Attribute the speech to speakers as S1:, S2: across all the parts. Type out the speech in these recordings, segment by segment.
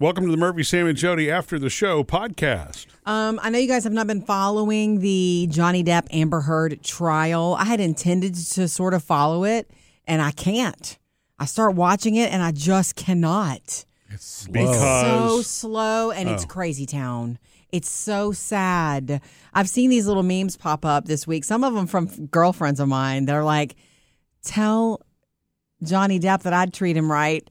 S1: Welcome to the Murphy, Sam, and Jody After the Show podcast.
S2: Um, I know you guys have not been following the Johnny Depp Amber Heard trial. I had intended to sort of follow it, and I can't. I start watching it, and I just cannot.
S1: It's slow.
S2: So
S1: Because
S2: slow, and it's crazy town. It's so sad. I've seen these little memes pop up this week. Some of them from girlfriends of mine. They're like, "Tell Johnny Depp that I'd treat him right,"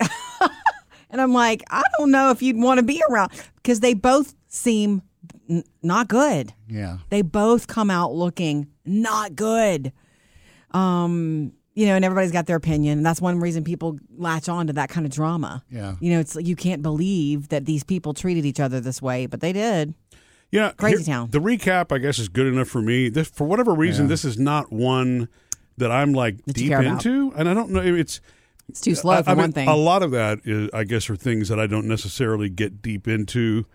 S2: and I'm like, "I don't know if you'd want to be around because they both seem n- not good."
S3: Yeah.
S2: They both come out looking not good. Um, you know, and everybody's got their opinion. And that's one reason people latch on to that kind of drama.
S3: Yeah.
S2: You know, it's like you can't believe that these people treated each other this way, but they did.
S1: you know,
S2: Crazy town.
S1: The recap, I guess, is good enough for me. This, for whatever reason, this is not one that I'm like
S2: That you
S1: deep
S2: care about.
S1: into, and I don't know. It's
S2: It's too slow
S1: I-
S2: for
S1: I mean,
S2: one thing.
S1: A lot of that, is, I guess, are things that I don't necessarily get deep into,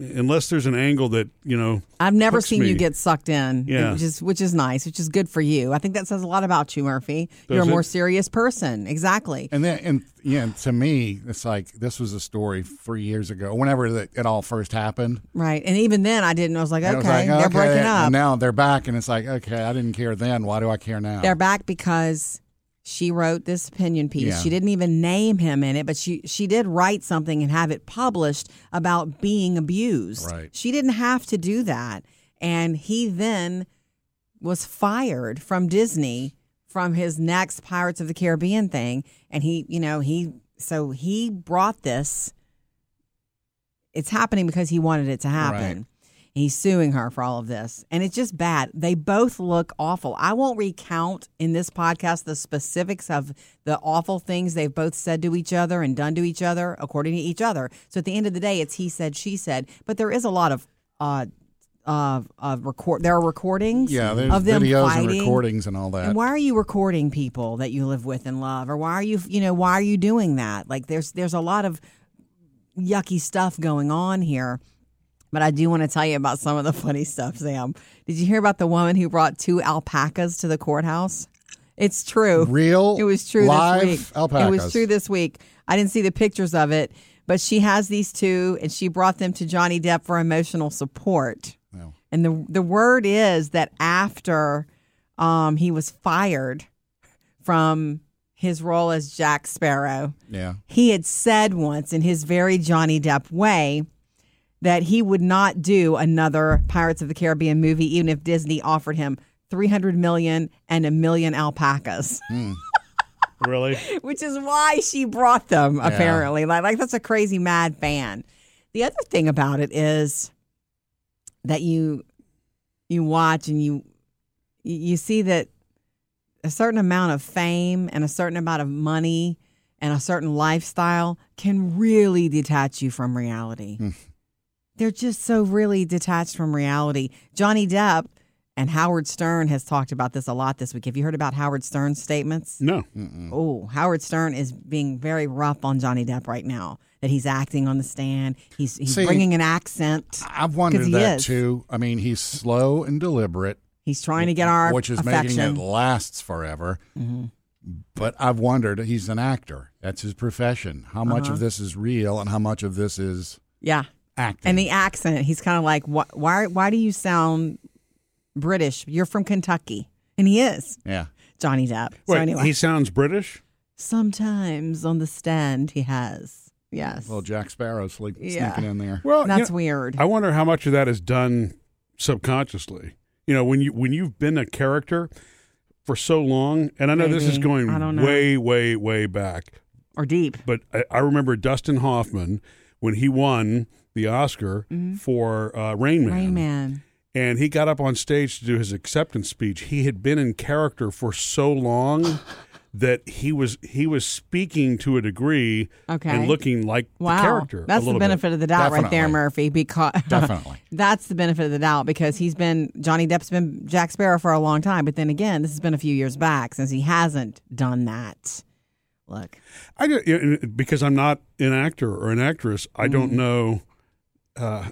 S1: unless there's an angle that you know.
S2: I've never
S1: hooks
S2: seen you
S1: me.
S2: get sucked in,
S1: Yeah.
S2: which is which is nice, which is good for you. I think that says a lot about you, Murphy. You're a
S1: Does it?
S2: more serious person. Exactly.
S3: And then, and yeah, and to me, it's like this was a story three years ago, whenever that it all first happened.
S2: Right. And even then I didn't I was like,
S3: And
S2: okay,
S3: it was like,
S2: they're breaking
S3: and
S2: up.
S3: now they're back, and it's like, okay, I didn't care then. Why do I care now?
S2: They're back because she wrote this opinion piece.
S3: Yeah.
S2: She didn't even name him in it, but she she did write something and have it published about being abused.
S3: Right.
S2: She didn't have to do that. And he then was fired from Disney from his next Pirates of the Caribbean thing and he, you know, he so he brought this it's happening because he wanted it to happen.
S3: Right.
S2: He's suing her for all of this. And it's just bad. They both look awful. I won't recount in this podcast the specifics of the awful things they've both said to each other and done to each other, according to each other. So at the end of the day, it's he said, she said. But there is a lot of, uh, of, of record, there are recordings
S3: yeah, there's
S2: of them
S3: videos
S2: fighting.
S3: and recordings and all that.
S2: And why are you recording people that you live with and love, or why are you, you know, why are you doing that? Like, there's there's a lot of yucky stuff going on here. But I do want to tell you about some of the funny stuff, Sam. Did you hear about the woman who brought two alpacas to the courthouse? It's true.
S3: Real
S2: It was true
S3: live
S2: this week. It was
S3: alpacas.
S2: true this week. I didn't see the pictures of it, but she has these two and she brought them to Johnny Depp for emotional support.
S3: Wow.
S2: And the the word is that after um, he was fired from his role as Jack Sparrow,
S3: Yeah.
S2: he had said once in his very Johnny Depp way that he would not do another Pirates of the Caribbean movie, even if Disney offered him 300 million and a million alpacas,
S1: Really?
S2: which is why she brought them, apparently. Like, like, that's a crazy mad fan. The other thing about it is that you you watch and you you see that a certain amount of fame and a certain amount of money and a certain lifestyle can really detach you from reality. They're just so really detached from reality. Johnny Depp and Howard Stern has talked about this a lot this week. Have you heard about Howard Stern's statements?
S1: No.
S2: Oh, Howard Stern is being very rough on Johnny Depp right now. That he's acting on the stand. He's he's
S3: See-
S2: bringing an accent.
S3: I've
S2: 'Cause
S3: wondered
S2: he
S3: that
S2: is.
S3: too. I mean, he's slow and deliberate,
S2: He's trying to get our
S3: which is
S2: affection. Mm-hmm.
S3: making it lasts forever. But I've wondered, he's an actor. That's his profession. How much
S2: Uh-huh.
S3: of this is real and how much of this is
S2: yeah,
S3: acting?
S2: and the accent. He's kind of like, why, why? Why do you sound British? You're from Kentucky, and he is
S3: yeah.
S2: Johnny Depp.
S1: Wait,
S2: so anyway,
S1: he sounds British.
S2: sometimes on the stand he has yes.
S3: Well, Jack Sparrow sleep,
S2: Yeah.
S3: sneaking in there.
S1: Well, you
S2: That's
S1: know,
S2: weird.
S1: I wonder how much of that is done subconsciously. You know, when you when you've been a character for so long, and I know this is
S2: Maybe.
S1: going
S2: I don't know.
S1: way, way, way back,
S2: or deep.
S1: but I, I remember Dustin Hoffman when he won the Oscar for uh, Rain Man.
S2: Mm-hmm. Rain Man.
S1: and he got up on stage to do his acceptance speech. He had been in character for so long that he was he was speaking to a degree
S2: Okay.
S1: and looking like
S2: Wow.
S1: the character. a
S2: That's the
S1: little bit.
S2: benefit of the doubt right there,
S3: Definitely.
S2: Murphy, because
S3: Definitely.
S2: that's the benefit of the doubt because he's been Johnny Depp's been Jack Sparrow for a long time, but then again, this has been a few years back since he hasn't done that. Look.
S1: I don't- you know, because I'm not an actor or an actress. I don't know. Uh,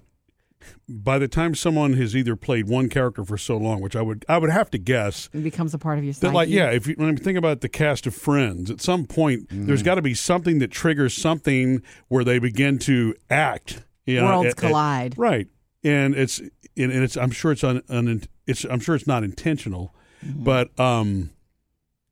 S1: by the time someone has either played one character for so long, which I would I would have to guess
S2: It becomes a part of your
S1: that
S2: psyche.
S1: like yeah, if you when I think about the cast of Friends, at some point there's got to be something that triggers something where they begin to act. You know,
S2: Worlds
S1: at- at-
S2: collide.
S1: right, and it's and, and it's I'm sure it's un, un, it's I'm sure it's not intentional,
S2: Mm-hmm.
S1: but um,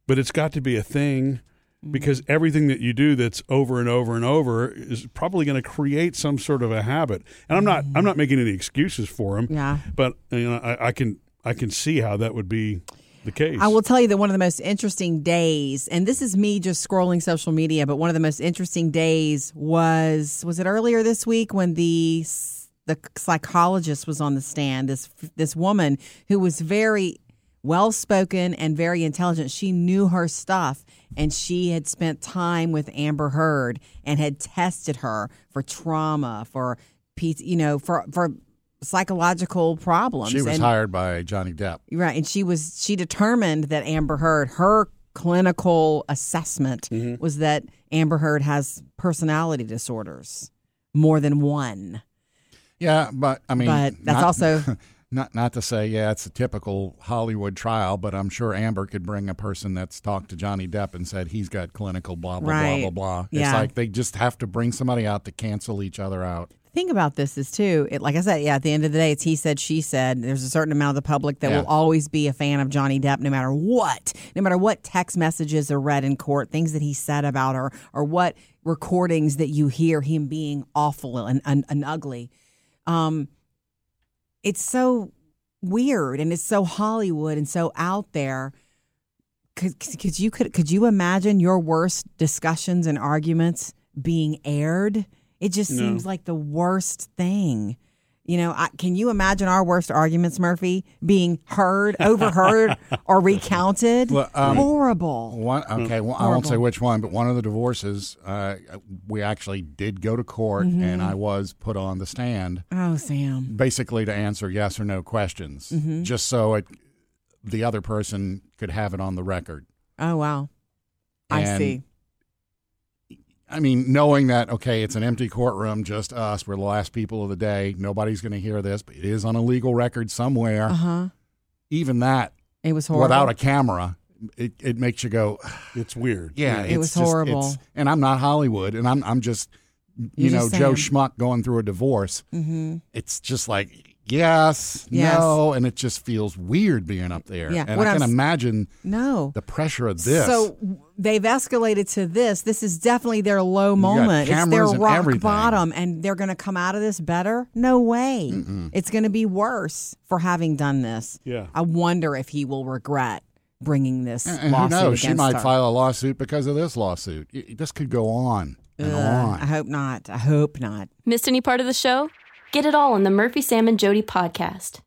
S1: but it's got to be a thing
S2: Mm-hmm.
S1: because everything that you do that's over and over and over is probably going to create some sort of a habit. And I'm not I'm not making any excuses for him.
S2: Mm-hmm. Yeah.
S1: But you know, I, I can I can see how that would be the case.
S2: I will tell you that one of the most interesting days, and this is me just scrolling social media, but one of the most interesting days was was it earlier this week when the s- the psychologist was on the stand. This this woman who was very well spoken and very intelligent. She knew her stuff, and she had spent time with Amber Heard and had tested her for trauma, for P- you know, for for psychological problems.
S3: She was
S2: and,
S3: hired by Johnny Depp.
S2: Right, and she was she determined that Amber Heard her clinical assessment was that Amber Heard has personality disorders, more than one.
S3: Yeah, but I mean,
S2: But that's
S3: not-
S2: also-
S3: not not to say yeah, it's a typical Hollywood trial. But I'm sure Amber could bring a person that's talked to Johnny Depp and said he's got clinical blah blah
S2: Right.
S3: blah blah blah.
S2: Yeah.
S3: It's like they just have to bring somebody out to cancel each other out.
S2: Think about this is too. It, like I said, yeah. At the end of the day, it's he said, she said. There's a certain amount of the public that
S3: Yeah.
S2: will always be a fan of Johnny Depp, no matter what, no matter what text messages are read in court, things that he said about her, or what recordings that you hear him being awful and and, and ugly. Um, it's so weird and it's so Hollywood and so out there. Could, could you could could you imagine your worst discussions and arguments being aired? It just
S1: No.
S2: seems like the worst thing. You know, I, can you imagine our worst arguments, Murphy, being heard, overheard, or recounted?
S3: Well, um,
S2: Horrible.
S3: One, okay, well, I won't say which one, but one of the divorces, uh, we actually did go to court, and I was put on the stand
S2: Oh, Sam.
S3: basically to answer yes or no questions, just so it, the other person could have it on the record.
S2: Oh, wow. I
S3: And-
S2: see.
S3: I mean, knowing that okay, it's an empty courtroom, just us, we're the last people of the day, nobody's going to hear this, but it is on a legal record somewhere.
S2: Uh huh.
S3: Even that,
S2: It was horrible.
S3: without a camera, it, it makes you go,
S1: it's weird.
S3: Yeah,
S2: It
S3: it's
S2: was
S3: just- it's-
S2: horrible.
S3: and I'm not Hollywood, and I'm I'm just you
S2: You're
S3: know
S2: just
S3: Joe
S2: saying.
S3: Schmuck going through a divorce.
S2: Mhm.
S3: It's just like yes,
S2: Yes.
S3: no, and it just feels weird being up there.
S2: Yeah,
S3: and
S2: what
S3: I can
S2: I'm s-
S3: imagine
S2: No.
S3: the pressure of this.
S2: So w- they've escalated to this. This is definitely their low moment. It's their
S3: cameras and
S2: rock
S3: everything.
S2: bottom, and they're going to come out of this better. No way. It's going to be worse for having done this.
S1: Yeah.
S2: I wonder if he will regret bringing this
S3: and who
S2: lawsuit
S3: knows? She
S2: against
S3: might
S2: her.
S3: file a lawsuit because of this lawsuit. Y- This could go on and
S2: Ugh,
S3: on.
S2: Uh, I hope not. I hope not.
S4: Missed any part of the show? Get it all on the Murphy Sam and Jody podcast.